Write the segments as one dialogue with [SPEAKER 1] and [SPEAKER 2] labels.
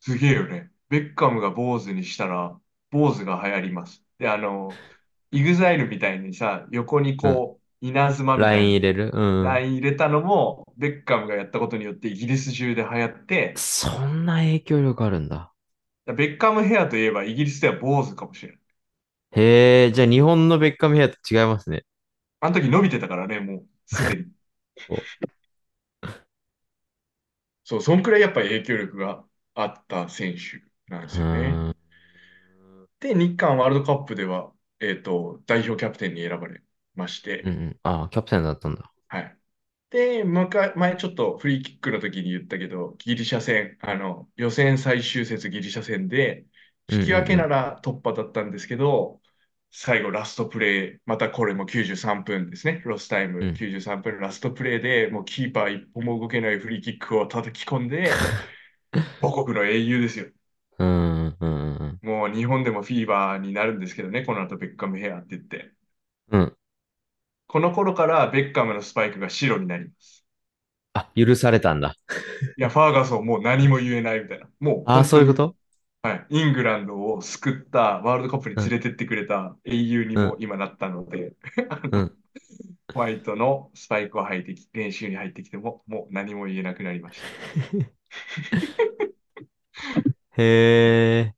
[SPEAKER 1] すげえよね。ベッカムが坊主にしたら、坊主が流行ります。で、あの、イグザイルみたいにさ、横に
[SPEAKER 2] うん。
[SPEAKER 1] こう、稲妻み
[SPEAKER 2] ラ
[SPEAKER 1] た
[SPEAKER 2] イン
[SPEAKER 1] い
[SPEAKER 2] 入れるう
[SPEAKER 1] なラ
[SPEAKER 2] ん。
[SPEAKER 1] イン入れたのも、ベッカムがやったことによってイギリス中で流行って、
[SPEAKER 2] そんな影響力あるんだ。
[SPEAKER 1] ベッカムヘアといえばイギリスでは坊主かもしれない。
[SPEAKER 2] へえ、じゃあ日本のベッカムヘアと違いますね。
[SPEAKER 1] あの時伸びてたからね、もうすで に。
[SPEAKER 2] お
[SPEAKER 1] そう、そんくらいやっぱり影響力があった選手なんで
[SPEAKER 2] う
[SPEAKER 1] すよね。
[SPEAKER 2] ーん。
[SPEAKER 1] で、日韓ワールドカップでは、えっと、代表キャプテンに選ばれまし
[SPEAKER 2] う
[SPEAKER 1] て、
[SPEAKER 2] んうん。ああ、キャプテンだったんだ。
[SPEAKER 1] はい。で、昔前ちょっとフリーキックの時に言ったけど、ギリシャ戦、あの、予選最終節ギリシャ戦で、
[SPEAKER 2] う
[SPEAKER 1] 引
[SPEAKER 2] ん
[SPEAKER 1] き
[SPEAKER 2] う
[SPEAKER 1] 分
[SPEAKER 2] ん
[SPEAKER 1] け
[SPEAKER 2] う。
[SPEAKER 1] なんら突破だったんですけど、最後ラストプレー、またこれも93分ですね、ロスタイ
[SPEAKER 2] う
[SPEAKER 1] ム
[SPEAKER 2] ん。
[SPEAKER 1] 93分ラストプレーで、もうキーパー一歩も動けないフリーキックを叩き込ん で、母国の英雄ですよ。
[SPEAKER 2] うんうんうんうん。
[SPEAKER 1] もう日本でもフィーバーになるんですけどね、この後ベッカムヘアって言って。
[SPEAKER 2] うん
[SPEAKER 1] この頃からベッカムのスパイクが白になります。
[SPEAKER 2] あ、許されたんだ。
[SPEAKER 1] いや、ファーガソンもう何も言えないみたいな。もう
[SPEAKER 2] ああ、
[SPEAKER 1] 本
[SPEAKER 2] そ
[SPEAKER 1] 当
[SPEAKER 2] ういうこ
[SPEAKER 1] に、
[SPEAKER 2] と
[SPEAKER 1] はい、イングランドを救った、ワールドカップに
[SPEAKER 2] う
[SPEAKER 1] 連
[SPEAKER 2] ん
[SPEAKER 1] れてってくれた英雄に
[SPEAKER 2] う
[SPEAKER 1] も
[SPEAKER 2] ん
[SPEAKER 1] 今なったので、あ
[SPEAKER 2] う
[SPEAKER 1] の、
[SPEAKER 2] ん。
[SPEAKER 1] ホワイトのスパイクを履いてき、練習に入ってきても、もう何も言えなくなりました。
[SPEAKER 2] へえ。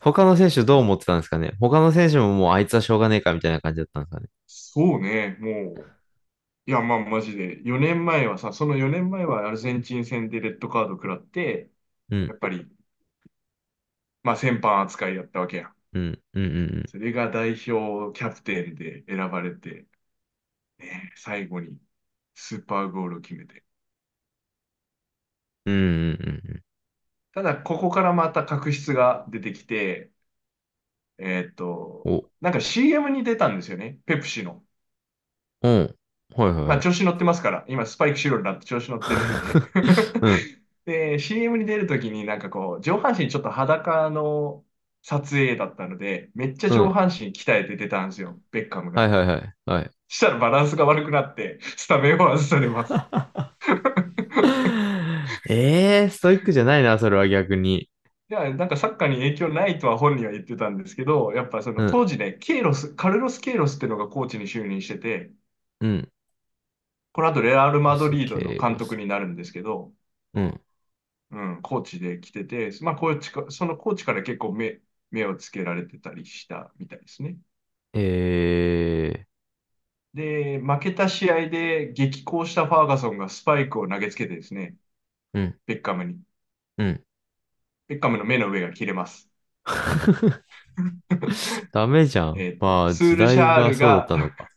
[SPEAKER 2] 他の選手どう思ってたんですかね他の選手ももうあいつはしょうがねえかみたいな感じだったんですかね
[SPEAKER 1] そうね、もう、いや、まあマジで、4年前はさ、その4年前はアルゼンチン戦でレッドカード食らって、
[SPEAKER 2] う
[SPEAKER 1] や
[SPEAKER 2] ん。
[SPEAKER 1] っぱり、まあ、戦犯扱いやったわけやん。
[SPEAKER 2] うん、うん、うんうん。
[SPEAKER 1] それが代表キャプテンで選ばれて、ね最後にスーパーゴールを決めて。
[SPEAKER 2] うん、うん、うんうん。
[SPEAKER 1] ただ、ここからまた確執が出てきて、えーっと、
[SPEAKER 2] お、
[SPEAKER 1] なんか CM に出たんですよね。ペプシの。
[SPEAKER 2] うん。はいはい
[SPEAKER 1] まあ、
[SPEAKER 2] はい。
[SPEAKER 1] 調子乗ってますから、今スパイク白になって調子乗ってるんで
[SPEAKER 2] うん、
[SPEAKER 1] で、CM に出るときになんかこう、上半身ちょっと裸の撮影だったので、めっちゃ
[SPEAKER 2] う
[SPEAKER 1] 上
[SPEAKER 2] ん。
[SPEAKER 1] 半身鍛えて出たんですよ、ベッカム
[SPEAKER 2] はい
[SPEAKER 1] が。
[SPEAKER 2] はいはい。はい。
[SPEAKER 1] したらバランスが悪くなって、スタメンを外されます。
[SPEAKER 2] ええー、ストイックじゃないな、それは逆に。
[SPEAKER 1] いや、なんかサッカーに影響ないとは本人は言ってたんですけど、やっぱその
[SPEAKER 2] うん、
[SPEAKER 1] 当時ね、ケイロス、カルロス・ケイロスっていうのがコーチに就任してて、
[SPEAKER 2] うん。
[SPEAKER 1] この後レアル・マ
[SPEAKER 2] ロ
[SPEAKER 1] ド
[SPEAKER 2] ス、
[SPEAKER 1] リードの
[SPEAKER 2] ケイ
[SPEAKER 1] 監
[SPEAKER 2] ロ
[SPEAKER 1] 督
[SPEAKER 2] ス。
[SPEAKER 1] になるんですけど、
[SPEAKER 2] うん、
[SPEAKER 1] うん、コーチで来てて、まあコーチか、そのコーチから結構目、目をつけられてたりしたみたいですね。
[SPEAKER 2] ええ
[SPEAKER 1] で、負けた試合で激高したファーガソンがスパイクを投げつけてですね、
[SPEAKER 2] ー、うん、
[SPEAKER 1] ベッカムに。
[SPEAKER 2] うん。
[SPEAKER 1] ベッカムの目の上が切れます。
[SPEAKER 2] ダメじゃん。
[SPEAKER 1] えっと、
[SPEAKER 2] まあ、
[SPEAKER 1] スー
[SPEAKER 2] 時
[SPEAKER 1] ルシ
[SPEAKER 2] 代
[SPEAKER 1] ャー
[SPEAKER 2] が
[SPEAKER 1] ル
[SPEAKER 2] そうだっ
[SPEAKER 1] が、
[SPEAKER 2] たのか。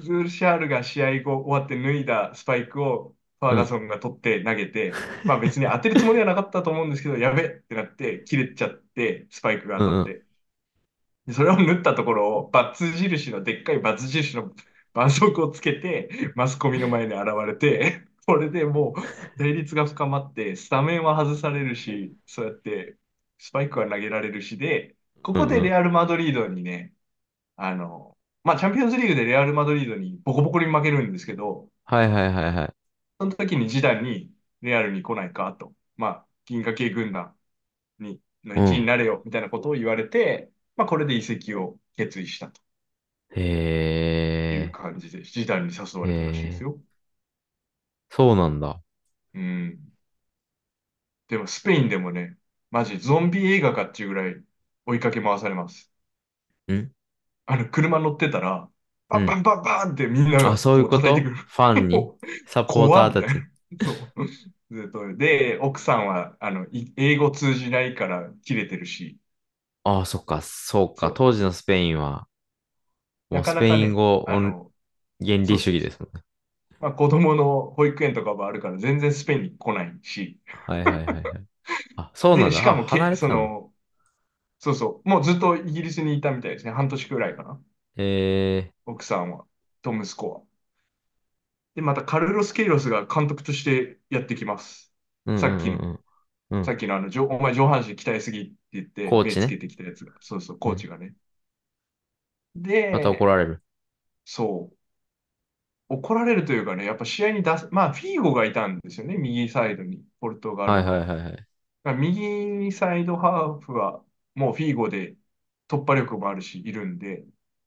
[SPEAKER 1] ズールシャールが試合後終わって脱いだスパイクをファー
[SPEAKER 2] う
[SPEAKER 1] ガ
[SPEAKER 2] ん。
[SPEAKER 1] ソンが取って投げて、まあ別に当てるつもりはなかったと思うんですけど、やべってなって切れちゃって、スパイクが
[SPEAKER 2] う
[SPEAKER 1] 当たっ
[SPEAKER 2] んうん。
[SPEAKER 1] て。でそれを縫ったところを、バツ印の、でっかいバツ印の絆創膏をつけて、マスコミの前に現れて、これでもう、対立が深まって、スタメンは外されるし、そうやって、スパイクは投げられるしで、こ
[SPEAKER 2] う
[SPEAKER 1] こ
[SPEAKER 2] ん
[SPEAKER 1] で
[SPEAKER 2] う
[SPEAKER 1] レ
[SPEAKER 2] ん。
[SPEAKER 1] アル・マドリードにね、あの、まあ、チャンピオンズリーグでレアル・マドリードにボコボコに負けるんですけど、
[SPEAKER 2] はいはいはいはい。
[SPEAKER 1] その時にジダンにレアルに来ないかと、まあ、銀河系軍団にの
[SPEAKER 2] う
[SPEAKER 1] 一員に
[SPEAKER 2] ん。
[SPEAKER 1] なれよみたいなことを言われて、まあ、これで移籍を決意したという
[SPEAKER 2] へ
[SPEAKER 1] 感じで、ジダンに誘われ
[SPEAKER 2] え、
[SPEAKER 1] たらしいです
[SPEAKER 2] へえ、
[SPEAKER 1] よ。
[SPEAKER 2] そうなんだ。
[SPEAKER 1] うん。でも、スペインでもね、マジゾンビ映画かっていうぐらい追いかけ回されます。
[SPEAKER 2] ん
[SPEAKER 1] あの、車乗ってたら、
[SPEAKER 2] う
[SPEAKER 1] バンバ
[SPEAKER 2] ん。
[SPEAKER 1] ンバンバンってみんな
[SPEAKER 2] あ、
[SPEAKER 1] が
[SPEAKER 2] そうい
[SPEAKER 1] こう
[SPEAKER 2] うこ
[SPEAKER 1] 叩いて
[SPEAKER 2] と
[SPEAKER 1] くる。
[SPEAKER 2] ファ ンに
[SPEAKER 1] もう、
[SPEAKER 2] サポー
[SPEAKER 1] 怖
[SPEAKER 2] タ
[SPEAKER 1] っ
[SPEAKER 2] ー
[SPEAKER 1] み
[SPEAKER 2] た
[SPEAKER 1] たい
[SPEAKER 2] ち
[SPEAKER 1] な。
[SPEAKER 2] に。
[SPEAKER 1] そう。で、とで奥さんは、あの、い英語通じないから切れてるし、
[SPEAKER 2] ああ、そっか、そう
[SPEAKER 1] そ
[SPEAKER 2] か。
[SPEAKER 1] う。
[SPEAKER 2] 当時のスペインは、も
[SPEAKER 1] な
[SPEAKER 2] う
[SPEAKER 1] か
[SPEAKER 2] ス
[SPEAKER 1] な
[SPEAKER 2] ペ
[SPEAKER 1] か
[SPEAKER 2] イン
[SPEAKER 1] ね、
[SPEAKER 2] 語
[SPEAKER 1] あ
[SPEAKER 2] オン
[SPEAKER 1] の、そう
[SPEAKER 2] 原理主
[SPEAKER 1] そう
[SPEAKER 2] 義で
[SPEAKER 1] そう。
[SPEAKER 2] すもんね。
[SPEAKER 1] まあ、子供の保育園とかもあるから、全然スペインに来ないし。
[SPEAKER 2] はいはいはいはい。あ、そうな
[SPEAKER 1] で、
[SPEAKER 2] ん
[SPEAKER 1] し
[SPEAKER 2] だ。
[SPEAKER 1] か
[SPEAKER 2] あ、
[SPEAKER 1] も
[SPEAKER 2] 離
[SPEAKER 1] け、
[SPEAKER 2] れて
[SPEAKER 1] そ
[SPEAKER 2] たんだ。
[SPEAKER 1] の、そうそう、もうずっとイギリスにいたみたいですね。半年くらいかな。
[SPEAKER 2] ええ、
[SPEAKER 1] 奥さんは、と息子は。で、またカルロス・ケイロスが監督としてやってきます。
[SPEAKER 2] うんう
[SPEAKER 1] さっき
[SPEAKER 2] ん
[SPEAKER 1] の、
[SPEAKER 2] うんうん。う
[SPEAKER 1] さっ
[SPEAKER 2] ん。
[SPEAKER 1] きのあの、上お前上半身鍛えすぎって言って
[SPEAKER 2] コー
[SPEAKER 1] 目
[SPEAKER 2] チ
[SPEAKER 1] つけ
[SPEAKER 2] ね。
[SPEAKER 1] てきたやつが、そうそう、コ
[SPEAKER 2] う
[SPEAKER 1] ー
[SPEAKER 2] ん。
[SPEAKER 1] チがね。
[SPEAKER 2] また怒
[SPEAKER 1] で、
[SPEAKER 2] られる。
[SPEAKER 1] そう、怒られるというかね、やっぱ試合に出す、まあ、フィーゴがいたんですよね、右サイドに、ポルトガ
[SPEAKER 2] はい
[SPEAKER 1] ル
[SPEAKER 2] はい
[SPEAKER 1] の。
[SPEAKER 2] はいはい。
[SPEAKER 1] 右サイドハーフはもうフィーゴで突破力もあるし、いるんで、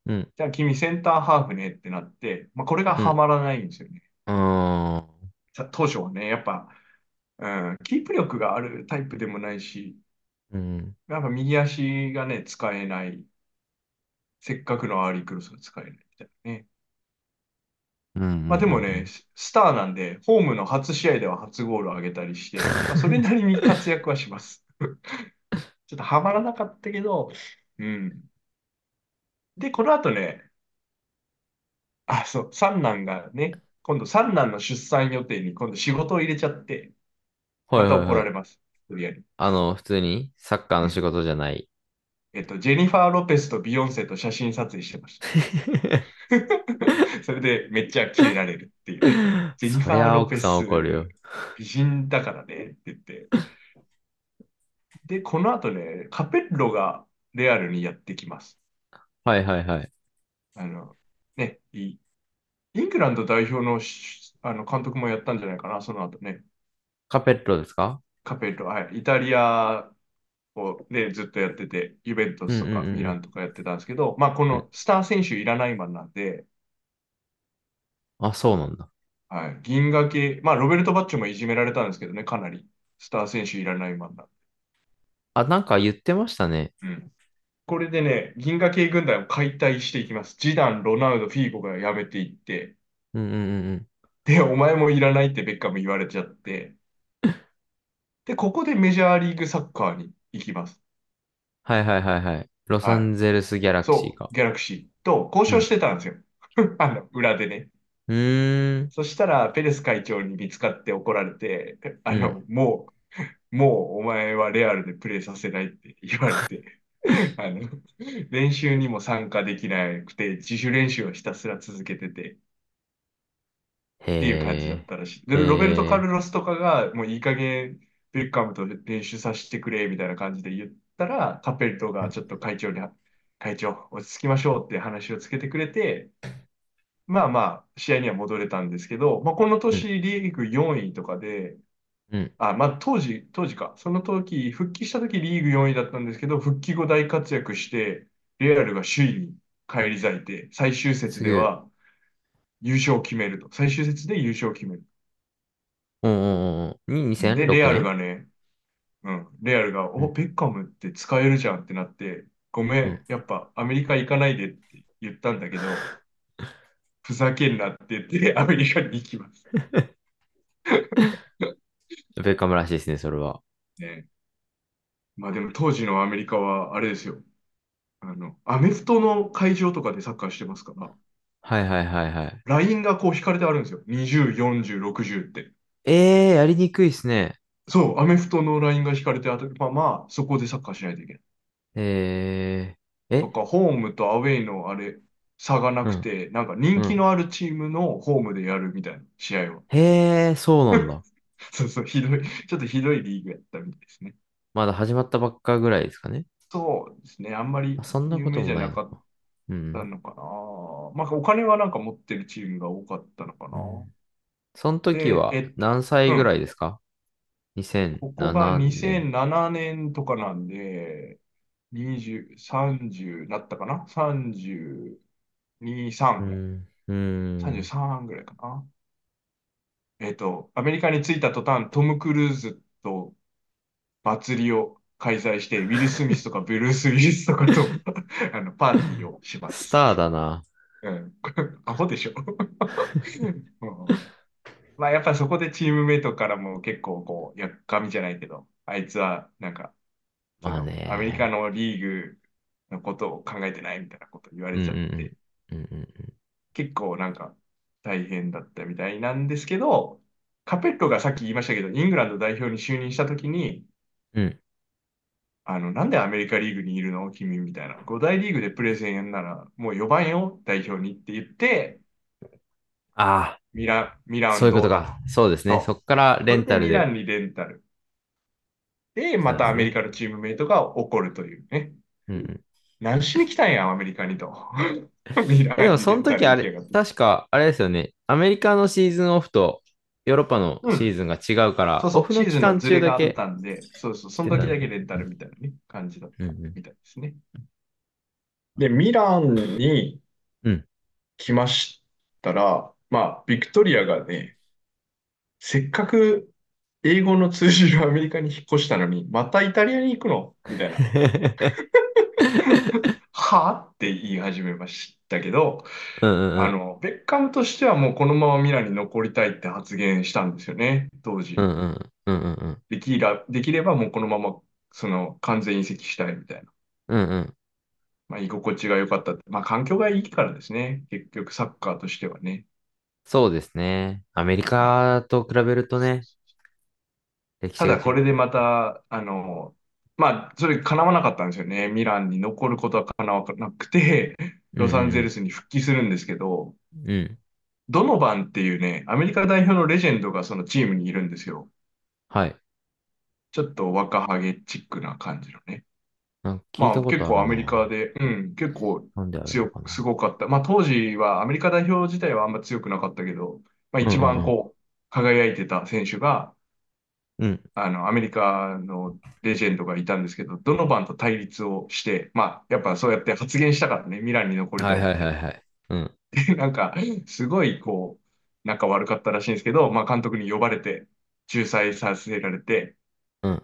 [SPEAKER 2] うん、
[SPEAKER 1] じゃあ君センターハーフねってなって、まあ、これが
[SPEAKER 2] う
[SPEAKER 1] は
[SPEAKER 2] ん。
[SPEAKER 1] まらないんですよね。
[SPEAKER 2] うーん。
[SPEAKER 1] さ当初はね、やっぱ、うん、キープ力があるタイプでもないし、
[SPEAKER 2] うん。
[SPEAKER 1] なんか右足がね、使えない。せっかくのアーリークロスが使えないみたいなね。
[SPEAKER 2] うんうん
[SPEAKER 1] まあで
[SPEAKER 2] う
[SPEAKER 1] も
[SPEAKER 2] んう
[SPEAKER 1] ね、
[SPEAKER 2] ん。
[SPEAKER 1] ススターなんで、ホームの初試合では初ゴールを挙げたりして、まあ、それなりに活躍はします。 ちょっとはまらなかったけど、うん。で、この後ね、あ、そう、三男がね、今度三男の出産予定に今度仕事を入れちゃって、
[SPEAKER 2] は
[SPEAKER 1] ま
[SPEAKER 2] い
[SPEAKER 1] た
[SPEAKER 2] はい
[SPEAKER 1] 怒
[SPEAKER 2] は
[SPEAKER 1] ら
[SPEAKER 2] い。
[SPEAKER 1] れます。とりあえず。
[SPEAKER 2] あの、普通にサッカー
[SPEAKER 1] う
[SPEAKER 2] の仕
[SPEAKER 1] ん。
[SPEAKER 2] 事じゃない。
[SPEAKER 1] えっと、ジェニファー・ロペスとビヨンセと写真撮影してました。 それでめっちゃキレられるっていうね。 ジェニフ
[SPEAKER 2] そり
[SPEAKER 1] ァー・
[SPEAKER 2] ゃあ
[SPEAKER 1] ロ
[SPEAKER 2] 奥
[SPEAKER 1] ペ
[SPEAKER 2] さん
[SPEAKER 1] ス、
[SPEAKER 2] 怒るよ。
[SPEAKER 1] 美人だからねって言って。で、この後ね、カペッロがレアルにやってきます。
[SPEAKER 2] はいはいはい。
[SPEAKER 1] あの、ね、イイングランド代表のし、あの監督もやったんじゃないかな、その後ね。
[SPEAKER 2] カペッロですか
[SPEAKER 1] カペッロ、はい、イタリアを、でずっとやってて、ユベント
[SPEAKER 2] う
[SPEAKER 1] ス
[SPEAKER 2] ん
[SPEAKER 1] と
[SPEAKER 2] う
[SPEAKER 1] かミラ
[SPEAKER 2] ん
[SPEAKER 1] ンとかやってたんですけど、まあ、こ
[SPEAKER 2] うん。うん
[SPEAKER 1] のスター選手いらないマンなんで、
[SPEAKER 2] あ、そうなんだ。
[SPEAKER 1] はい、銀河系、まあ、ロベルト・バッチョもいじめられたんですけどね、かなり。スター選手いらないマンなんで。
[SPEAKER 2] あ、なんか言ってましたね。
[SPEAKER 1] うん。これでね、銀河系軍団を解体していきます。ジダン、ロナウド、フィーゴが辞めていって、
[SPEAKER 2] うんうんうんうん。
[SPEAKER 1] で、お前もいらないってベッカム言われちゃって、で、ここでメジャーリーグサッカーに行きます。
[SPEAKER 2] はいはいはいはい。ロサ
[SPEAKER 1] はい。
[SPEAKER 2] ンゼルスギャラクシー
[SPEAKER 1] そ
[SPEAKER 2] か。
[SPEAKER 1] う、ギャラクシーと交
[SPEAKER 2] う
[SPEAKER 1] 渉し
[SPEAKER 2] ん。
[SPEAKER 1] てたんですよ。 あの、裏でね。
[SPEAKER 2] うーん。
[SPEAKER 1] そしたら、ペレス会長に見つかって怒られて、あ
[SPEAKER 2] う
[SPEAKER 1] の、
[SPEAKER 2] ん。
[SPEAKER 1] もう、もうお前はレアルでプレーさせないって言われ て、あの、練習にも参加できなくて、自主練習をひたすら続けてて、っていう感じだっ
[SPEAKER 2] へ
[SPEAKER 1] たらしい。で、
[SPEAKER 2] え。
[SPEAKER 1] ロベルト・カ
[SPEAKER 2] へ
[SPEAKER 1] ル
[SPEAKER 2] え。
[SPEAKER 1] ロスとかが、もういい加減、ベッカムと練習させてくれ、みたいな感じで言ったら、カペルト
[SPEAKER 2] う
[SPEAKER 1] が
[SPEAKER 2] ん
[SPEAKER 1] ちょっと会長に、会長、落ち着きましょうって話をつけてくれて、まあまあ、試合には戻れたんですけど、まあ、この
[SPEAKER 2] うん。
[SPEAKER 1] 年、リーグ4位とかで、
[SPEAKER 2] うん
[SPEAKER 1] あ、まあ当時、当時か、その時、復帰した時リーグ4位だったんですけど、復帰後大活躍して、レアルが首位に返り咲いて、最終節
[SPEAKER 2] す
[SPEAKER 1] で
[SPEAKER 2] げえ。
[SPEAKER 1] は優勝を決めると。最終節で優勝を決める。
[SPEAKER 2] うんうんうんうん。に、
[SPEAKER 1] で、レ
[SPEAKER 2] 2006
[SPEAKER 1] アル
[SPEAKER 2] 年
[SPEAKER 1] がね、うん、レアルが、
[SPEAKER 2] う
[SPEAKER 1] お、
[SPEAKER 2] ん。
[SPEAKER 1] ベッカムって使えるじゃんってなって、ごめ、
[SPEAKER 2] うんん。
[SPEAKER 1] やっぱアメリカ行かないでって言ったんだ けど、ふざけんなって言って、アメリカに行きます。
[SPEAKER 2] ベッカムらしいですね、それは。
[SPEAKER 1] ね。まあでも当時のアメリカは、あれですよ。あの、アメフトの会場とかでサッカーしてますから、
[SPEAKER 2] はいはいはいはい。
[SPEAKER 1] ラインがこう引かれてあるんですよ。20、40、60って。
[SPEAKER 2] ええやりにくいっすね。
[SPEAKER 1] そう、アメフトのラインが引かれてある。まあまあ、そこでサッカーしないといけない。
[SPEAKER 2] ええ
[SPEAKER 1] と
[SPEAKER 2] え
[SPEAKER 1] か、ホームとアウェイのあれ、差がな
[SPEAKER 2] う
[SPEAKER 1] く
[SPEAKER 2] ん。
[SPEAKER 1] て、なんか人
[SPEAKER 2] う
[SPEAKER 1] 気
[SPEAKER 2] ん。
[SPEAKER 1] のあるチームのホームでやるみたいな試合は。
[SPEAKER 2] へえ、そうなんだ。
[SPEAKER 1] そうそう、ひどい、ちょっとひどいリーグやったみたいですね。
[SPEAKER 2] まだ始まったばっかぐらいですかね。
[SPEAKER 1] そうですね、あんま
[SPEAKER 2] あ、
[SPEAKER 1] り
[SPEAKER 2] そんな
[SPEAKER 1] 有
[SPEAKER 2] こと
[SPEAKER 1] 名
[SPEAKER 2] も
[SPEAKER 1] じゃ
[SPEAKER 2] ない
[SPEAKER 1] な
[SPEAKER 2] の
[SPEAKER 1] かっ
[SPEAKER 2] か。う
[SPEAKER 1] た
[SPEAKER 2] ん。
[SPEAKER 1] のかな。まあ、お金はなんか持ってるチームが多かったのか
[SPEAKER 2] う
[SPEAKER 1] な。
[SPEAKER 2] ん。その時
[SPEAKER 1] で、
[SPEAKER 2] は
[SPEAKER 1] え、
[SPEAKER 2] 何歳
[SPEAKER 1] う
[SPEAKER 2] ぐらい
[SPEAKER 1] ん。
[SPEAKER 2] ですか
[SPEAKER 1] ここが
[SPEAKER 2] ?2007 年。
[SPEAKER 1] 2007年とかなんで、20、30なったかな ?32、
[SPEAKER 2] う
[SPEAKER 1] 3ぐらい。
[SPEAKER 2] ん。うん。
[SPEAKER 1] 33ぐらいかな。えっと、アメリカに着いた途端、トム・クルーズと祭りを開催して、ウィル・スミス とかブルース・ウィリスと かとあのパーティーをしま
[SPEAKER 2] ス
[SPEAKER 1] す。
[SPEAKER 2] ターだな。
[SPEAKER 1] うん。 これアホ でしょ、うんまあやっぱそこでチームメイトからも結構こう、やっかみじゃないけど、あいつはなんか、そ
[SPEAKER 2] まあ
[SPEAKER 1] のアメリカ
[SPEAKER 2] ね。
[SPEAKER 1] のリーグのことを考えてないみたいなこと言わ
[SPEAKER 2] う
[SPEAKER 1] れ
[SPEAKER 2] ん
[SPEAKER 1] ちゃっ
[SPEAKER 2] うん
[SPEAKER 1] て、
[SPEAKER 2] うん。うんうんうん。
[SPEAKER 1] 結構なんか大変だったみたいなんですけど、カペッロがさっき言いましたけど、イングランド代表に就任した時に、
[SPEAKER 2] うん。
[SPEAKER 1] あの、なんでアメリカリーグにいるの君みたいな。5大リーグでプレゼンやんなら、もう4番よ、代表にって言って、
[SPEAKER 2] ああ、
[SPEAKER 1] ミラ、ミラ
[SPEAKER 2] そう
[SPEAKER 1] ン
[SPEAKER 2] いうこと
[SPEAKER 1] と、
[SPEAKER 2] か。そうですね。そ
[SPEAKER 1] そ
[SPEAKER 2] っから
[SPEAKER 1] う。こ
[SPEAKER 2] レ
[SPEAKER 1] れ
[SPEAKER 2] ン
[SPEAKER 1] で
[SPEAKER 2] タル
[SPEAKER 1] ミラ
[SPEAKER 2] で。
[SPEAKER 1] ンにレンタル。で、
[SPEAKER 2] そ
[SPEAKER 1] ま
[SPEAKER 2] うで
[SPEAKER 1] たア
[SPEAKER 2] す
[SPEAKER 1] メリ
[SPEAKER 2] ね。
[SPEAKER 1] カのチームメイトが怒るというね。
[SPEAKER 2] うんうん。
[SPEAKER 1] 何しに来たんや、アメリカにと。ミ
[SPEAKER 2] え、で
[SPEAKER 1] ラン
[SPEAKER 2] も
[SPEAKER 1] に
[SPEAKER 2] そ
[SPEAKER 1] レ
[SPEAKER 2] の
[SPEAKER 1] ンタ
[SPEAKER 2] 時
[SPEAKER 1] ル
[SPEAKER 2] あ
[SPEAKER 1] 行き
[SPEAKER 2] れ、
[SPEAKER 1] やがって。
[SPEAKER 2] 確かあれですよね。アメリカのシーズンオフとヨーロッパの
[SPEAKER 1] うん。
[SPEAKER 2] シーズンが違うから、
[SPEAKER 1] そう
[SPEAKER 2] オ
[SPEAKER 1] そう、
[SPEAKER 2] フ
[SPEAKER 1] シー
[SPEAKER 2] の期
[SPEAKER 1] ズンの
[SPEAKER 2] 間
[SPEAKER 1] ズ
[SPEAKER 2] 中
[SPEAKER 1] レ
[SPEAKER 2] だ
[SPEAKER 1] があっ
[SPEAKER 2] け
[SPEAKER 1] たんで、そうそう、
[SPEAKER 2] し
[SPEAKER 1] そ
[SPEAKER 2] て
[SPEAKER 1] の
[SPEAKER 2] な
[SPEAKER 1] 時
[SPEAKER 2] る
[SPEAKER 1] だ
[SPEAKER 2] ね。
[SPEAKER 1] けレンタルみたいなね、感じだっ
[SPEAKER 2] う
[SPEAKER 1] た
[SPEAKER 2] ん
[SPEAKER 1] みたいですね。で、ミランに
[SPEAKER 2] うん。うん。
[SPEAKER 1] 来ましたら、まあ、ビクトリアがね、せっかく英語の通じるアメリカに引っ越したのに、またイタリアに行くのみたいな。 はあって言い始めましたけど、
[SPEAKER 2] うんうんう
[SPEAKER 1] あ
[SPEAKER 2] ん。
[SPEAKER 1] の、ベッカムとしてはもうこのままミランに残りたいって発言したんですよね、当
[SPEAKER 2] う
[SPEAKER 1] 時。
[SPEAKER 2] んうんうんうんうん。
[SPEAKER 1] できら、できればもうこのまま、その、完全移籍したいみたいな。
[SPEAKER 2] うんうん。
[SPEAKER 1] まあ、居心地が良かったって。まあ、環境がいいからですね。結局、サッカーとしてはね。
[SPEAKER 2] そうですね。アメリ
[SPEAKER 1] うん、
[SPEAKER 2] カと比べるとね、歴
[SPEAKER 1] た
[SPEAKER 2] 史が
[SPEAKER 1] だ、
[SPEAKER 2] 違
[SPEAKER 1] これ
[SPEAKER 2] う。
[SPEAKER 1] でまた、あの、まあ、それ叶わなかったんですよね。ミランに残ることは叶わなくて、
[SPEAKER 2] う
[SPEAKER 1] ロサンゼル
[SPEAKER 2] ん
[SPEAKER 1] スに復帰するんですけど、
[SPEAKER 2] うんうん。うん。
[SPEAKER 1] ドノバンっていうね、アメリカ代表のレジェンドがそのチームにいるんですよ。
[SPEAKER 2] はい。
[SPEAKER 1] ちょっと若ハゲチックな感じのね。
[SPEAKER 2] なんか聞い
[SPEAKER 1] ま
[SPEAKER 2] た
[SPEAKER 1] あ
[SPEAKER 2] こと
[SPEAKER 1] 結
[SPEAKER 2] ある
[SPEAKER 1] 構アメリカ
[SPEAKER 2] な。
[SPEAKER 1] で、うん、結構
[SPEAKER 2] なんであるの
[SPEAKER 1] 強
[SPEAKER 2] か
[SPEAKER 1] く、
[SPEAKER 2] な。
[SPEAKER 1] すごかった。まあ当時はアメリカ代表自体はあんま強くなかったけど、まあ
[SPEAKER 2] うん
[SPEAKER 1] 一
[SPEAKER 2] うん
[SPEAKER 1] 番
[SPEAKER 2] うん。
[SPEAKER 1] こう、輝いてた選手が、
[SPEAKER 2] うん。
[SPEAKER 1] あの、アメリカのレジェンドがいたんですけど、ドノバンと対立をして、まあやっぱそうやって発言したからね、ミランに残り
[SPEAKER 2] は
[SPEAKER 1] た
[SPEAKER 2] い
[SPEAKER 1] い
[SPEAKER 2] は
[SPEAKER 1] み
[SPEAKER 2] い
[SPEAKER 1] た
[SPEAKER 2] はいいはい。うん。
[SPEAKER 1] な。なんか、すごいこう、仲悪かったらしいんですけど、まあ監督に呼ばれて、仲裁させられて、
[SPEAKER 2] うん。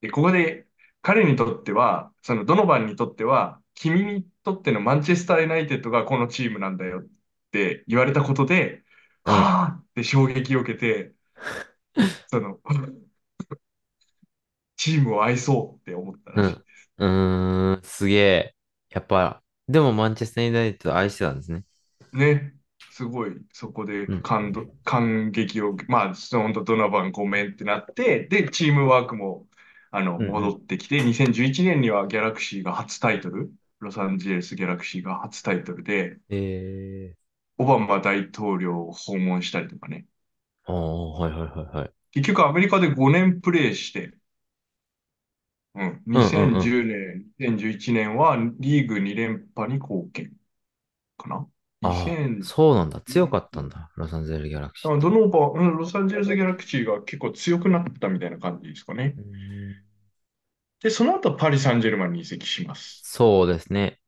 [SPEAKER 1] で、ここで彼にとっては、そのドノバンにとっては、君にとってのマンチェスター・ユナイテッドがこのチームなんだよって言われたことで、
[SPEAKER 2] うん。
[SPEAKER 1] はあって衝撃を受け て、その、 チームを愛そうって思ったら
[SPEAKER 2] う
[SPEAKER 1] しい
[SPEAKER 2] ん。
[SPEAKER 1] です。
[SPEAKER 2] うーん。すげえ。やっぱ、でもマンチェスターユナイテッド愛してたんですね。
[SPEAKER 1] ね。すごい、そこで
[SPEAKER 2] うん。
[SPEAKER 1] 感動、感激を、まあ、本当ドノバンごめんってなって、で、チームワークも、あの、
[SPEAKER 2] うんう
[SPEAKER 1] 戻
[SPEAKER 2] ん。
[SPEAKER 1] ってきて、2011年にはギャラクシーが初タイトル、ロサンゼルスギャラクシーが初タイトルで、
[SPEAKER 2] ええ
[SPEAKER 1] オバマ大統領を訪問したりとかね。
[SPEAKER 2] ああ、はいはいはいはい。
[SPEAKER 1] 結局アメリカで5年プレーして、うん、
[SPEAKER 2] うんうんうん。
[SPEAKER 1] 2010年、2011年はリーグ2連覇に貢献かな
[SPEAKER 2] ああ、
[SPEAKER 1] 2000、
[SPEAKER 2] そうなんだ。
[SPEAKER 1] う
[SPEAKER 2] 強か
[SPEAKER 1] ん
[SPEAKER 2] ったんだ。ロサンゼルスギャラクシーっ
[SPEAKER 1] あ
[SPEAKER 2] て。
[SPEAKER 1] ドノーバー、うん、ロサンゼルスギャラクシーが結構強くなったみたいな感じですかね。
[SPEAKER 2] うーん
[SPEAKER 1] で、その後パリ・サンジェルマンに移籍します。
[SPEAKER 2] そうですね。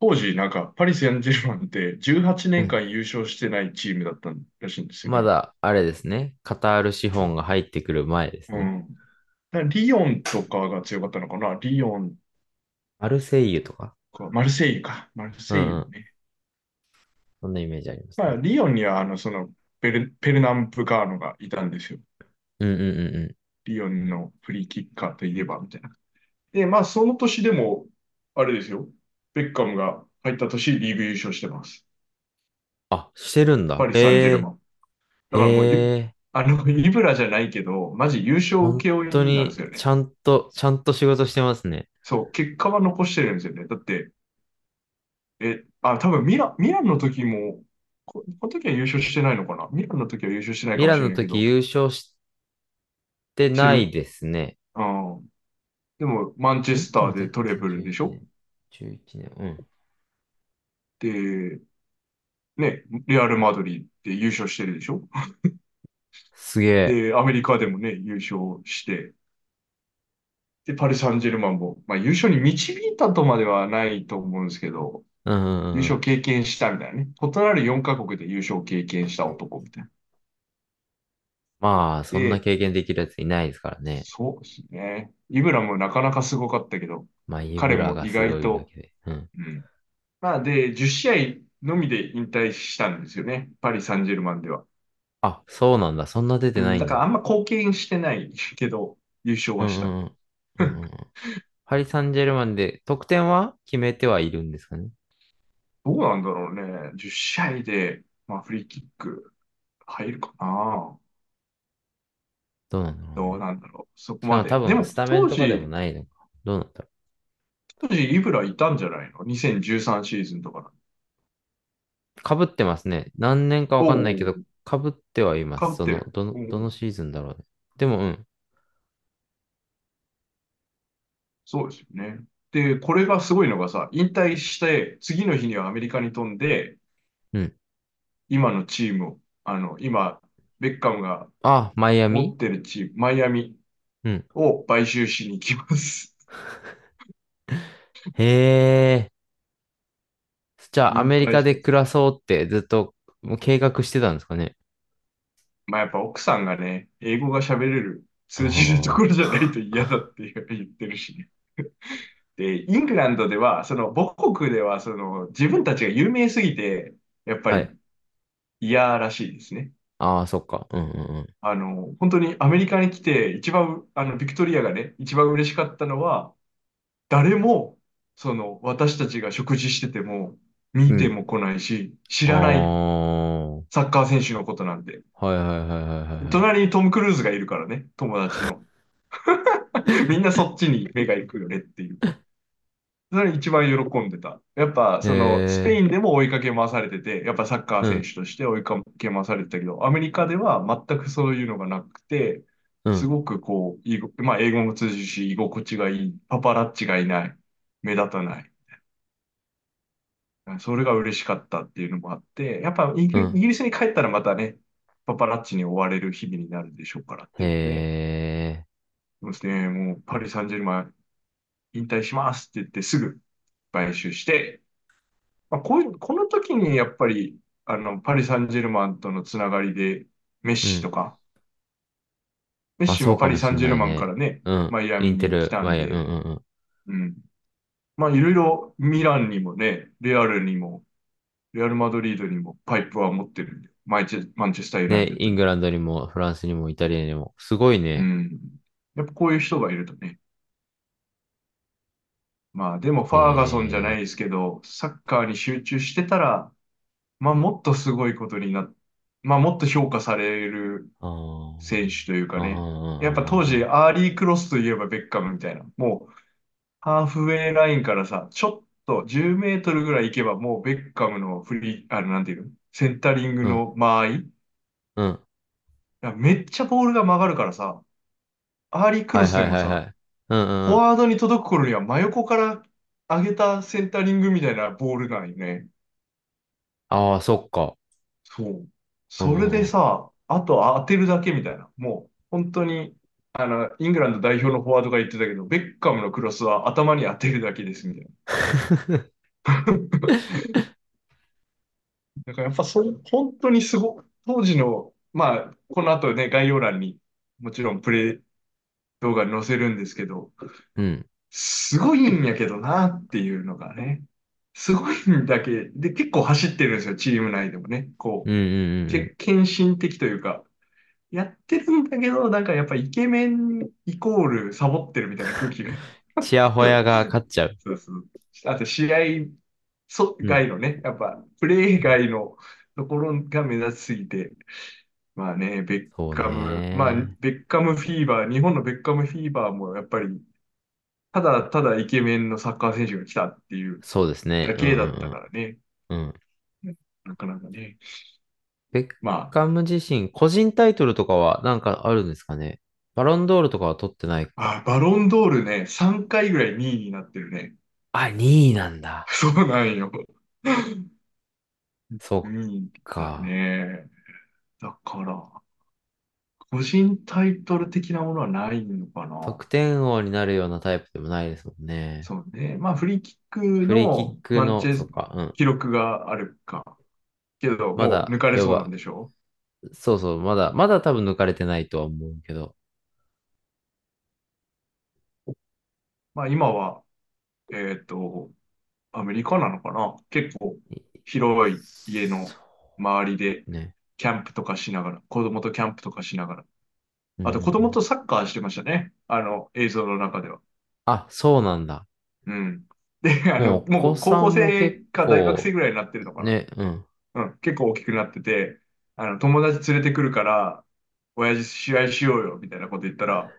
[SPEAKER 1] 当時、なんか、パリ・サンジェルマンって18
[SPEAKER 2] う
[SPEAKER 1] 年
[SPEAKER 2] ん。
[SPEAKER 1] 間優勝してないチームだったらしいんですよ
[SPEAKER 2] ま
[SPEAKER 1] ね。
[SPEAKER 2] だ、あれですね。カタール資本が入ってくる前です
[SPEAKER 1] う
[SPEAKER 2] ね。
[SPEAKER 1] ん。だからリヨンとかが強かったのかなリヨン
[SPEAKER 2] マルセイユとか。
[SPEAKER 1] かマルセイユか。マル
[SPEAKER 2] う
[SPEAKER 1] セイ
[SPEAKER 2] んう
[SPEAKER 1] ユ
[SPEAKER 2] ん。
[SPEAKER 1] ね。
[SPEAKER 2] そんなイメージあります
[SPEAKER 1] まあ、
[SPEAKER 2] ね。
[SPEAKER 1] リヨンには、あの、その、ペル、ペルナンプガーノがいたんですよ。
[SPEAKER 2] うんうんうんうん。
[SPEAKER 1] リヨンのフリーキッカーといえば、みたいな。で、まあ、その年でも、あれですよ。ベッカムが入った年、リーグ優勝してます。
[SPEAKER 2] あ、してるんだ。
[SPEAKER 1] パリ・サンジェル
[SPEAKER 2] へ
[SPEAKER 1] マン。
[SPEAKER 2] え、
[SPEAKER 1] だからもうゆ、
[SPEAKER 2] へえ、
[SPEAKER 1] あの、イブラじゃないけど、マジ優勝
[SPEAKER 2] 本
[SPEAKER 1] 請負
[SPEAKER 2] 当
[SPEAKER 1] 人なんで
[SPEAKER 2] に
[SPEAKER 1] すよ
[SPEAKER 2] ち
[SPEAKER 1] ね。
[SPEAKER 2] ゃんと、ちゃんと仕事してますね。
[SPEAKER 1] そう、結果は残してるんですよね。だって、え、あ、多分ミラ、ミランの時も、こ、この時は優勝してないのかなミランの時は優勝してないか
[SPEAKER 2] ミ
[SPEAKER 1] も
[SPEAKER 2] ラ
[SPEAKER 1] し
[SPEAKER 2] ン
[SPEAKER 1] れな
[SPEAKER 2] の
[SPEAKER 1] いけ
[SPEAKER 2] 時
[SPEAKER 1] ど、
[SPEAKER 2] 優勝して
[SPEAKER 1] して
[SPEAKER 2] ない
[SPEAKER 1] る
[SPEAKER 2] ですね。
[SPEAKER 1] あーでも、マンチェ
[SPEAKER 2] い
[SPEAKER 1] ス
[SPEAKER 2] つ
[SPEAKER 1] ター
[SPEAKER 2] の
[SPEAKER 1] で
[SPEAKER 2] 時
[SPEAKER 1] トレブルでし
[SPEAKER 2] ?11
[SPEAKER 1] ょ
[SPEAKER 2] 年。11年。うん。
[SPEAKER 1] で、ね、レアル・マドリーで優勝してるでしょ
[SPEAKER 2] すげえ。
[SPEAKER 1] で、アメリカでもね、優勝して、で、パリ・サンジェルマンも、まあ、優勝に導いたとまではないと思うんですけど、
[SPEAKER 2] うんう
[SPEAKER 1] 優
[SPEAKER 2] んうんう
[SPEAKER 1] 勝
[SPEAKER 2] ん。
[SPEAKER 1] 経験したみたいなね。異なる4カ国で優勝を経験した男みたいな。
[SPEAKER 2] まあ、そんな
[SPEAKER 1] で、
[SPEAKER 2] 経験できるやついないですからね。
[SPEAKER 1] そうですね。イブラもなかなかすごかったけど、
[SPEAKER 2] まあ、イ
[SPEAKER 1] 彼
[SPEAKER 2] ブラ
[SPEAKER 1] も
[SPEAKER 2] が
[SPEAKER 1] 意
[SPEAKER 2] す
[SPEAKER 1] 外
[SPEAKER 2] ごいだ
[SPEAKER 1] と、
[SPEAKER 2] けで。うん。
[SPEAKER 1] うん。まあ、で、10試合のみで引退したんですよね。パリ・サンジェルマンでは。
[SPEAKER 2] あ、そうなんだ。そんな出て
[SPEAKER 1] う、
[SPEAKER 2] なんい
[SPEAKER 1] だ
[SPEAKER 2] ん
[SPEAKER 1] からあ
[SPEAKER 2] だ。
[SPEAKER 1] んま貢献してないけど、優勝
[SPEAKER 2] う
[SPEAKER 1] は
[SPEAKER 2] ん
[SPEAKER 1] し
[SPEAKER 2] う
[SPEAKER 1] た。
[SPEAKER 2] んうん。うんうんうん。パリ・サンジェルマンで得点は決めてはいるんですかね。
[SPEAKER 1] どうなんだろうね。10試合で、まあ、フリーキック入るかな。
[SPEAKER 2] どうなんだろう
[SPEAKER 1] どう
[SPEAKER 2] ね。
[SPEAKER 1] なんだろう。そこ
[SPEAKER 2] ま
[SPEAKER 1] ま
[SPEAKER 2] あ多
[SPEAKER 1] で。で
[SPEAKER 2] 分ス
[SPEAKER 1] も、
[SPEAKER 2] タメン
[SPEAKER 1] 当
[SPEAKER 2] とかでも
[SPEAKER 1] 時、
[SPEAKER 2] ないのか。どうなんだろ
[SPEAKER 1] 当時イブラいたんじゃないの ?2013 シーズンとか
[SPEAKER 2] う。かぶってますね。何年かわ
[SPEAKER 1] お
[SPEAKER 2] かんない
[SPEAKER 1] お
[SPEAKER 2] けど、
[SPEAKER 1] ー、
[SPEAKER 2] かぶってはいま
[SPEAKER 1] か
[SPEAKER 2] す。
[SPEAKER 1] ぶって
[SPEAKER 2] その、
[SPEAKER 1] る。
[SPEAKER 2] どの、
[SPEAKER 1] お
[SPEAKER 2] どの
[SPEAKER 1] お、
[SPEAKER 2] シーズンだろうね。でも、うん。
[SPEAKER 1] そうですよね。で、これがすごいのがさ、引退して、次の日にはアメリカに飛んで、
[SPEAKER 2] うん。
[SPEAKER 1] 今のチームをあの、今、ベッカムが
[SPEAKER 2] あ、マイア
[SPEAKER 1] 持っ
[SPEAKER 2] ミ
[SPEAKER 1] てるチーム、マイアミ
[SPEAKER 2] うん。
[SPEAKER 1] を買収しに行きます。
[SPEAKER 2] へえ。じゃあ、ア
[SPEAKER 1] に
[SPEAKER 2] メリ
[SPEAKER 1] 買
[SPEAKER 2] カ
[SPEAKER 1] 収
[SPEAKER 2] で暮らそうってずっともう計画してたんですかね。
[SPEAKER 1] まあやっぱ奥さんがね、英語が喋れる、
[SPEAKER 2] あ
[SPEAKER 1] 通じるところ
[SPEAKER 2] ー
[SPEAKER 1] じゃないと嫌だっていう言ってるしね。 で、イングランドでは、その母国では、その自分たちが有名すぎて、やっぱ
[SPEAKER 2] はい。
[SPEAKER 1] り嫌らしいですね。
[SPEAKER 2] ああ、そっか。うんうんうん。
[SPEAKER 1] あの、本当にアメリカに来て、一番、あの、ビクトリアがね、一番嬉しかったのは、誰も、その、私たちが食事してても、
[SPEAKER 2] う
[SPEAKER 1] 見て
[SPEAKER 2] ん。
[SPEAKER 1] も来ないし、知
[SPEAKER 2] あ
[SPEAKER 1] らない
[SPEAKER 2] あ。はい
[SPEAKER 1] サッカー選手のことなんで。
[SPEAKER 2] はいはいはいはいはい。
[SPEAKER 1] 隣にトム・クルーズがいるからね、友達 の。みんなそっちに目が行くよねっていう。それ一番喜んでた。やっぱ、その、スペ
[SPEAKER 2] へ
[SPEAKER 1] イ
[SPEAKER 2] え。
[SPEAKER 1] ンでも追いかけ回されてて、やっぱサッカー
[SPEAKER 2] う
[SPEAKER 1] 選
[SPEAKER 2] ん
[SPEAKER 1] 手として追いかけ回されてたけど、アメリカでは全くそういうのがなくて、
[SPEAKER 2] う
[SPEAKER 1] す
[SPEAKER 2] ん。
[SPEAKER 1] ごくこう、居心まあ、英語も通じるし、居心地がいい、パパラッチがいない、目立たない。それが嬉しかったっていうのもあって、やっぱイ
[SPEAKER 2] う
[SPEAKER 1] ギイ
[SPEAKER 2] ん。
[SPEAKER 1] ギリスに帰ったらまたね、パパラッチに追われる日々になるでしょうからっていうので、
[SPEAKER 2] へえ。
[SPEAKER 1] そうですね、もうパリ・サンジェルマン引退しますって言ってすぐ買収して、まあ、こういう、この時にやっぱり、あの、パリ・サンジェルマンとのつながりで、メッ
[SPEAKER 2] う
[SPEAKER 1] シと
[SPEAKER 2] ん。
[SPEAKER 1] か、メッ
[SPEAKER 2] まあ
[SPEAKER 1] シ
[SPEAKER 2] そ
[SPEAKER 1] も
[SPEAKER 2] うか
[SPEAKER 1] パ
[SPEAKER 2] も
[SPEAKER 1] リ・サ
[SPEAKER 2] し
[SPEAKER 1] ン
[SPEAKER 2] ん
[SPEAKER 1] ジェ
[SPEAKER 2] な
[SPEAKER 1] ルマ
[SPEAKER 2] い
[SPEAKER 1] ンか
[SPEAKER 2] ね。
[SPEAKER 1] らね、
[SPEAKER 2] うん。
[SPEAKER 1] マイア
[SPEAKER 2] イ
[SPEAKER 1] ミ
[SPEAKER 2] ンテ
[SPEAKER 1] に来
[SPEAKER 2] ル、
[SPEAKER 1] た
[SPEAKER 2] マ
[SPEAKER 1] ん
[SPEAKER 2] イア、うん
[SPEAKER 1] で、
[SPEAKER 2] うんうん。
[SPEAKER 1] うん。まあ、いろいろミランにもね、レアルにも、レアル・マドリードにもパイプは持ってるんで、マイチェ、マンチェスター・ユナイ
[SPEAKER 2] ね、
[SPEAKER 1] テッ
[SPEAKER 2] イ
[SPEAKER 1] ド
[SPEAKER 2] ン
[SPEAKER 1] に。
[SPEAKER 2] グランドにも、フランスにも、イタリアにも。すごいうね。
[SPEAKER 1] ん。やっぱこういう人がいるとね、まあでもファーガソンじゃない
[SPEAKER 2] へ
[SPEAKER 1] ですけど、サッカーに集中してたら、まあもっとすごいことになっ、まあもっと評価される
[SPEAKER 2] あ
[SPEAKER 1] 選手というか
[SPEAKER 2] あ、
[SPEAKER 1] ね、
[SPEAKER 2] あ
[SPEAKER 1] やっぱ当
[SPEAKER 2] あ、
[SPEAKER 1] 時アーリークロスといえばベッカムみたいな、もうハーフウェイラインからさ、ちょっと10メートルぐらい行けばもうベッカムのフリー、あのなんていうの、センタリング
[SPEAKER 2] うん、
[SPEAKER 1] の間合い、い
[SPEAKER 2] うん。
[SPEAKER 1] やめっちゃボールが曲がるからさ、アーリーク
[SPEAKER 2] は
[SPEAKER 1] ロ
[SPEAKER 2] い
[SPEAKER 1] ス
[SPEAKER 2] は
[SPEAKER 1] で
[SPEAKER 2] い
[SPEAKER 1] も
[SPEAKER 2] はいは
[SPEAKER 1] さ、
[SPEAKER 2] い。うん
[SPEAKER 1] フ
[SPEAKER 2] う
[SPEAKER 1] ォ
[SPEAKER 2] んうん。
[SPEAKER 1] ワードに届く頃には真横から上げたセンタリングみたいなボールなんよね。
[SPEAKER 2] ああ、そっか。
[SPEAKER 1] そう。
[SPEAKER 2] う
[SPEAKER 1] それで
[SPEAKER 2] ん。
[SPEAKER 1] さ、あと当てるだけみたいな。もう、本当に、あの、イングランド代表のフォワードが言ってたけど、ベッカムのクロスは頭に当てるだけですみたいな。だからやっぱそれ、本当にすご、当時の、まあ、この後ね、概要欄にもちろんプレイ動画に載せるんですけど、
[SPEAKER 2] うん。
[SPEAKER 1] すごいんやけどなっていうのがね、すごいんだけで、結構走ってるんですよ、チーム内でもね。
[SPEAKER 2] う
[SPEAKER 1] こ
[SPEAKER 2] んうん
[SPEAKER 1] う、
[SPEAKER 2] うんう
[SPEAKER 1] け
[SPEAKER 2] ん。
[SPEAKER 1] 献身的というか、やってるんだけど、なんかやっぱイケメンイコールサボってるみたいな空 気が。
[SPEAKER 2] チヤホヤが勝っちゃう。
[SPEAKER 1] そうそう。あと試合そ
[SPEAKER 2] うん。
[SPEAKER 1] 外のね、やっぱプレー外のところが目立ちすぎて、まあね、ベッ
[SPEAKER 2] そう
[SPEAKER 1] カム、まあ、
[SPEAKER 2] ね。
[SPEAKER 1] ベッカムフィーバー、日本のベッカムフィーバーもやっぱり、ただただイケメンのサッカー選手が来たっていう
[SPEAKER 2] そうですね。
[SPEAKER 1] だ
[SPEAKER 2] う
[SPEAKER 1] けだったか
[SPEAKER 2] ん
[SPEAKER 1] らね、
[SPEAKER 2] うんうん。うん。
[SPEAKER 1] なかなかね。
[SPEAKER 2] ベッ
[SPEAKER 1] まあ、
[SPEAKER 2] カム自身、個人タイトルとかはなんかあるんですかね。バロンドールとかは取ってないか。
[SPEAKER 1] あ、バロンドールね、3回ぐらい2位になってるね。
[SPEAKER 2] あ、2位なんだ。
[SPEAKER 1] そうなんよ。
[SPEAKER 2] そっ
[SPEAKER 1] 2位だ
[SPEAKER 2] か。
[SPEAKER 1] ね。だから、個人タイトル的なものはないのかな。
[SPEAKER 2] 得点王になるようなタイプでもないですもんね。
[SPEAKER 1] そうね。まあ、フリーキック
[SPEAKER 2] フリーキッ
[SPEAKER 1] の
[SPEAKER 2] ク
[SPEAKER 1] マン
[SPEAKER 2] の、
[SPEAKER 1] チェ
[SPEAKER 2] そっ
[SPEAKER 1] ス
[SPEAKER 2] か、うん。
[SPEAKER 1] 記録があるか。けど、
[SPEAKER 2] ま
[SPEAKER 1] もう
[SPEAKER 2] だ、
[SPEAKER 1] 抜かれ
[SPEAKER 2] 要
[SPEAKER 1] そうなん
[SPEAKER 2] は、
[SPEAKER 1] でしょ
[SPEAKER 2] そうそう、まだ、まだ多分抜かれてないとは思うけど。
[SPEAKER 1] まあ、今は、えっと、アメリカなのかな。結構、
[SPEAKER 2] い
[SPEAKER 1] 広い家
[SPEAKER 2] そ
[SPEAKER 1] の周りで、
[SPEAKER 2] うね。
[SPEAKER 1] キャンプとかしながら、子供とキャンプとかしながら。
[SPEAKER 2] う
[SPEAKER 1] あと、子供
[SPEAKER 2] ん。
[SPEAKER 1] とサッカーしてましたね。あの、映像の中では。
[SPEAKER 2] あ、そうなんだ。
[SPEAKER 1] うん。で、あ
[SPEAKER 2] もう
[SPEAKER 1] の、も
[SPEAKER 2] お子
[SPEAKER 1] う高
[SPEAKER 2] さ
[SPEAKER 1] 校
[SPEAKER 2] んも
[SPEAKER 1] 生
[SPEAKER 2] 結
[SPEAKER 1] か大学生
[SPEAKER 2] 構、
[SPEAKER 1] ぐらいになってるのかな。
[SPEAKER 2] ね、うん。
[SPEAKER 1] うん、結構大きくなってて、あの、友達連れてくるから、親父試合しようよ、みたいなこと言ったら、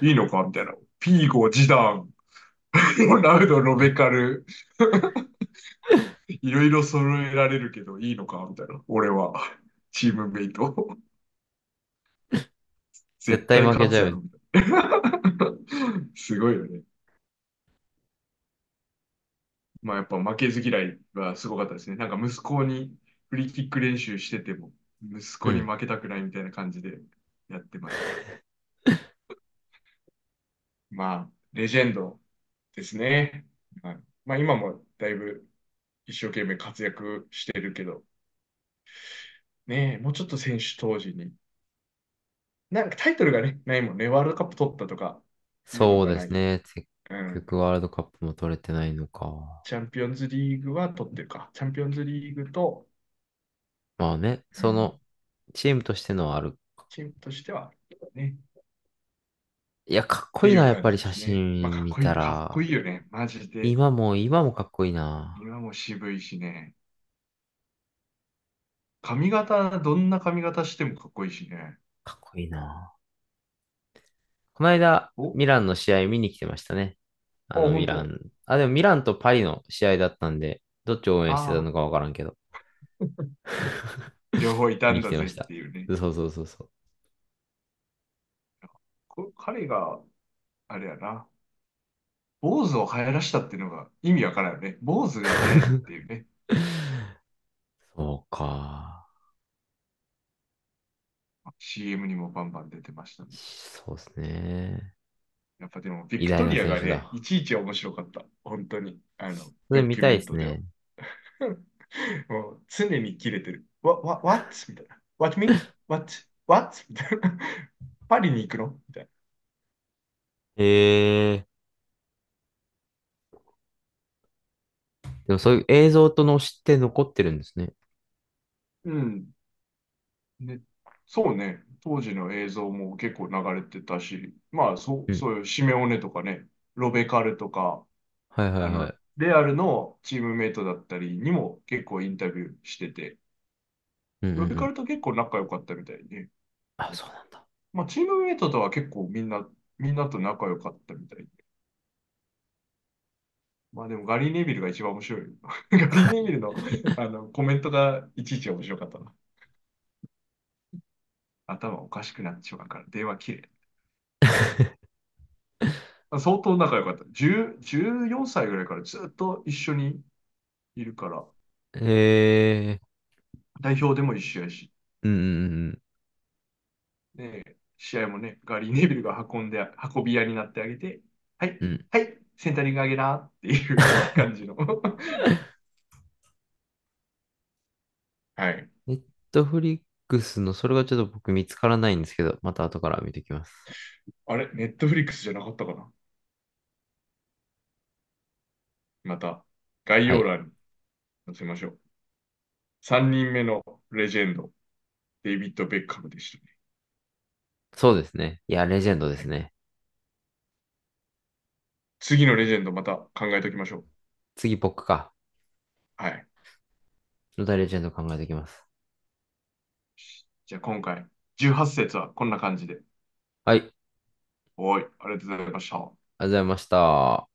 [SPEAKER 1] いいのかみたいな。ピーゴ、ジダン、 ロナウド、ロベカル、 いろいろ揃えられるけど、いいのかみたいな。俺は、チームメイト。
[SPEAKER 2] 絶
[SPEAKER 1] 絶
[SPEAKER 2] 対
[SPEAKER 1] 対
[SPEAKER 2] 負け
[SPEAKER 1] 勝
[SPEAKER 2] ち
[SPEAKER 1] つ
[SPEAKER 2] ゃ
[SPEAKER 1] やろ、
[SPEAKER 2] う。
[SPEAKER 1] みたいな。 すごいよね。まあやっぱ負けず嫌いはすごかったですね。なんか息子にフリーキック練習してても。息
[SPEAKER 2] う
[SPEAKER 1] 子に
[SPEAKER 2] ん。
[SPEAKER 1] 負けたくないみたいな感じでやってました。まあ、レジェンドですね。はい、まあ、今もだいぶ一生懸命活躍してるけど、ねえ、もうちょっと選手当時に。なんかタイトルがね、ないもんね。ワールドカップ取ったとかいうの
[SPEAKER 2] そう
[SPEAKER 1] が
[SPEAKER 2] で
[SPEAKER 1] な
[SPEAKER 2] す
[SPEAKER 1] い。
[SPEAKER 2] ね。結
[SPEAKER 1] うん。
[SPEAKER 2] 局ワールドカップも取れてないのか。
[SPEAKER 1] チャンピオンズリーグは取ってるか。チャンピオンズリーグと、
[SPEAKER 2] まあね、
[SPEAKER 1] う
[SPEAKER 2] そ
[SPEAKER 1] ん、
[SPEAKER 2] の、チームとしてのはあるか。
[SPEAKER 1] チームとしては、ね、っ
[SPEAKER 2] いや、かってこいい
[SPEAKER 1] いう
[SPEAKER 2] な、やっ
[SPEAKER 1] 感
[SPEAKER 2] ぱり
[SPEAKER 1] じで
[SPEAKER 2] 写
[SPEAKER 1] すね。まあ、
[SPEAKER 2] 真
[SPEAKER 1] かっ
[SPEAKER 2] 見
[SPEAKER 1] こい
[SPEAKER 2] た
[SPEAKER 1] い、かっこ
[SPEAKER 2] ら、
[SPEAKER 1] いいよね。マジで。
[SPEAKER 2] 今も、今もかっこいいな。
[SPEAKER 1] 今も渋いしね。髪型、どんな髪型してもかっこいいしね。
[SPEAKER 2] かっこいいな。この間、
[SPEAKER 1] お、
[SPEAKER 2] ミランの試合見に来てましたね。
[SPEAKER 1] あ、
[SPEAKER 2] あの、
[SPEAKER 1] 本
[SPEAKER 2] ミラ
[SPEAKER 1] 当。
[SPEAKER 2] ン。あ、でもミランとパリの試合だったんで、どっちを応援してた
[SPEAKER 1] ああ、
[SPEAKER 2] のかわからんけど。
[SPEAKER 1] 両方いた
[SPEAKER 2] 見
[SPEAKER 1] ん
[SPEAKER 2] に
[SPEAKER 1] だ
[SPEAKER 2] 来てま
[SPEAKER 1] ぜっ
[SPEAKER 2] した。
[SPEAKER 1] ていうね。
[SPEAKER 2] そうそうそうそう。
[SPEAKER 1] こ彼が、あれやな、坊主を流行らしたっていうのが意味わからんよね。坊主が流行るっていう ね。
[SPEAKER 2] そうか。
[SPEAKER 1] CM にもバンバン出てましたね。
[SPEAKER 2] そうですね。
[SPEAKER 1] やっぱでも、ビ
[SPEAKER 2] 偉
[SPEAKER 1] クト
[SPEAKER 2] 大な
[SPEAKER 1] リア
[SPEAKER 2] 選
[SPEAKER 1] が
[SPEAKER 2] 手
[SPEAKER 1] ね、い
[SPEAKER 2] だ。
[SPEAKER 1] ちいち面白かった。本当に。あの、
[SPEAKER 2] それ
[SPEAKER 1] ド
[SPEAKER 2] 見
[SPEAKER 1] キュ
[SPEAKER 2] た
[SPEAKER 1] メ
[SPEAKER 2] いで
[SPEAKER 1] ン
[SPEAKER 2] す
[SPEAKER 1] トでは。
[SPEAKER 2] ね。
[SPEAKER 1] もう常に切れてる。わ、わ、what? みたいな。what me? what? what? みたいな。パリに行くのみたいな。
[SPEAKER 2] へえ。でもそういう映像との知って残ってるんですね。
[SPEAKER 1] うん。ね、そうね。当時の映像も結構流れてたし、まあ、そう、
[SPEAKER 2] うん。
[SPEAKER 1] そういうシメオネとかね、ロベカルとか、
[SPEAKER 2] はいはい
[SPEAKER 1] あ
[SPEAKER 2] は
[SPEAKER 1] の、
[SPEAKER 2] い。
[SPEAKER 1] レアルのチームメイトだったりにも結構インタビューしてて、
[SPEAKER 2] うんうん
[SPEAKER 1] ロベ
[SPEAKER 2] う
[SPEAKER 1] カル
[SPEAKER 2] ん。
[SPEAKER 1] と結構仲良かったみたいね。
[SPEAKER 2] あ、そうなんだ。
[SPEAKER 1] まあ、チームメイトとは結構みんな、みんなと仲良かったみたい。まあでもガリー・ネビルが一番面白いよ。 ガリー・ネビルの、あのコメントがいちいち面白かったな。頭おかしくなっちまうから電話切れ。あ相当仲良かった。10、14歳ぐらいからずっと一緒にいるから、
[SPEAKER 2] へえ。
[SPEAKER 1] 代表でも一緒やし、
[SPEAKER 2] うんうんうんうん。
[SPEAKER 1] ねえ、試合もね、ガリー・ネビルが運んで、運び屋になってあげて、はい、
[SPEAKER 2] うん。
[SPEAKER 1] はい、センタリング上げなって いう感じの。はい。
[SPEAKER 2] ネットフリックスの、それがちょっと僕見つからないんですけど、また後から見てきます。
[SPEAKER 1] あれ、ネットフリックスじゃなかったかなまた、概
[SPEAKER 2] は
[SPEAKER 1] 要
[SPEAKER 2] い。
[SPEAKER 1] 欄に載せましょう。3人目のレジェンド、デイビッド・ベッカムでしたね。
[SPEAKER 2] そうですね。いや、レジェンドで
[SPEAKER 1] は
[SPEAKER 2] す
[SPEAKER 1] い
[SPEAKER 2] ね。
[SPEAKER 1] 次のレジェンドまた考えておきましょう。
[SPEAKER 2] 次僕か。
[SPEAKER 1] はい。
[SPEAKER 2] の大レジェンド考えておきます。
[SPEAKER 1] じゃあ今回、18節はこんな感じで。
[SPEAKER 2] はい。ありがと
[SPEAKER 1] おい、ありがとうございました。
[SPEAKER 2] うございました。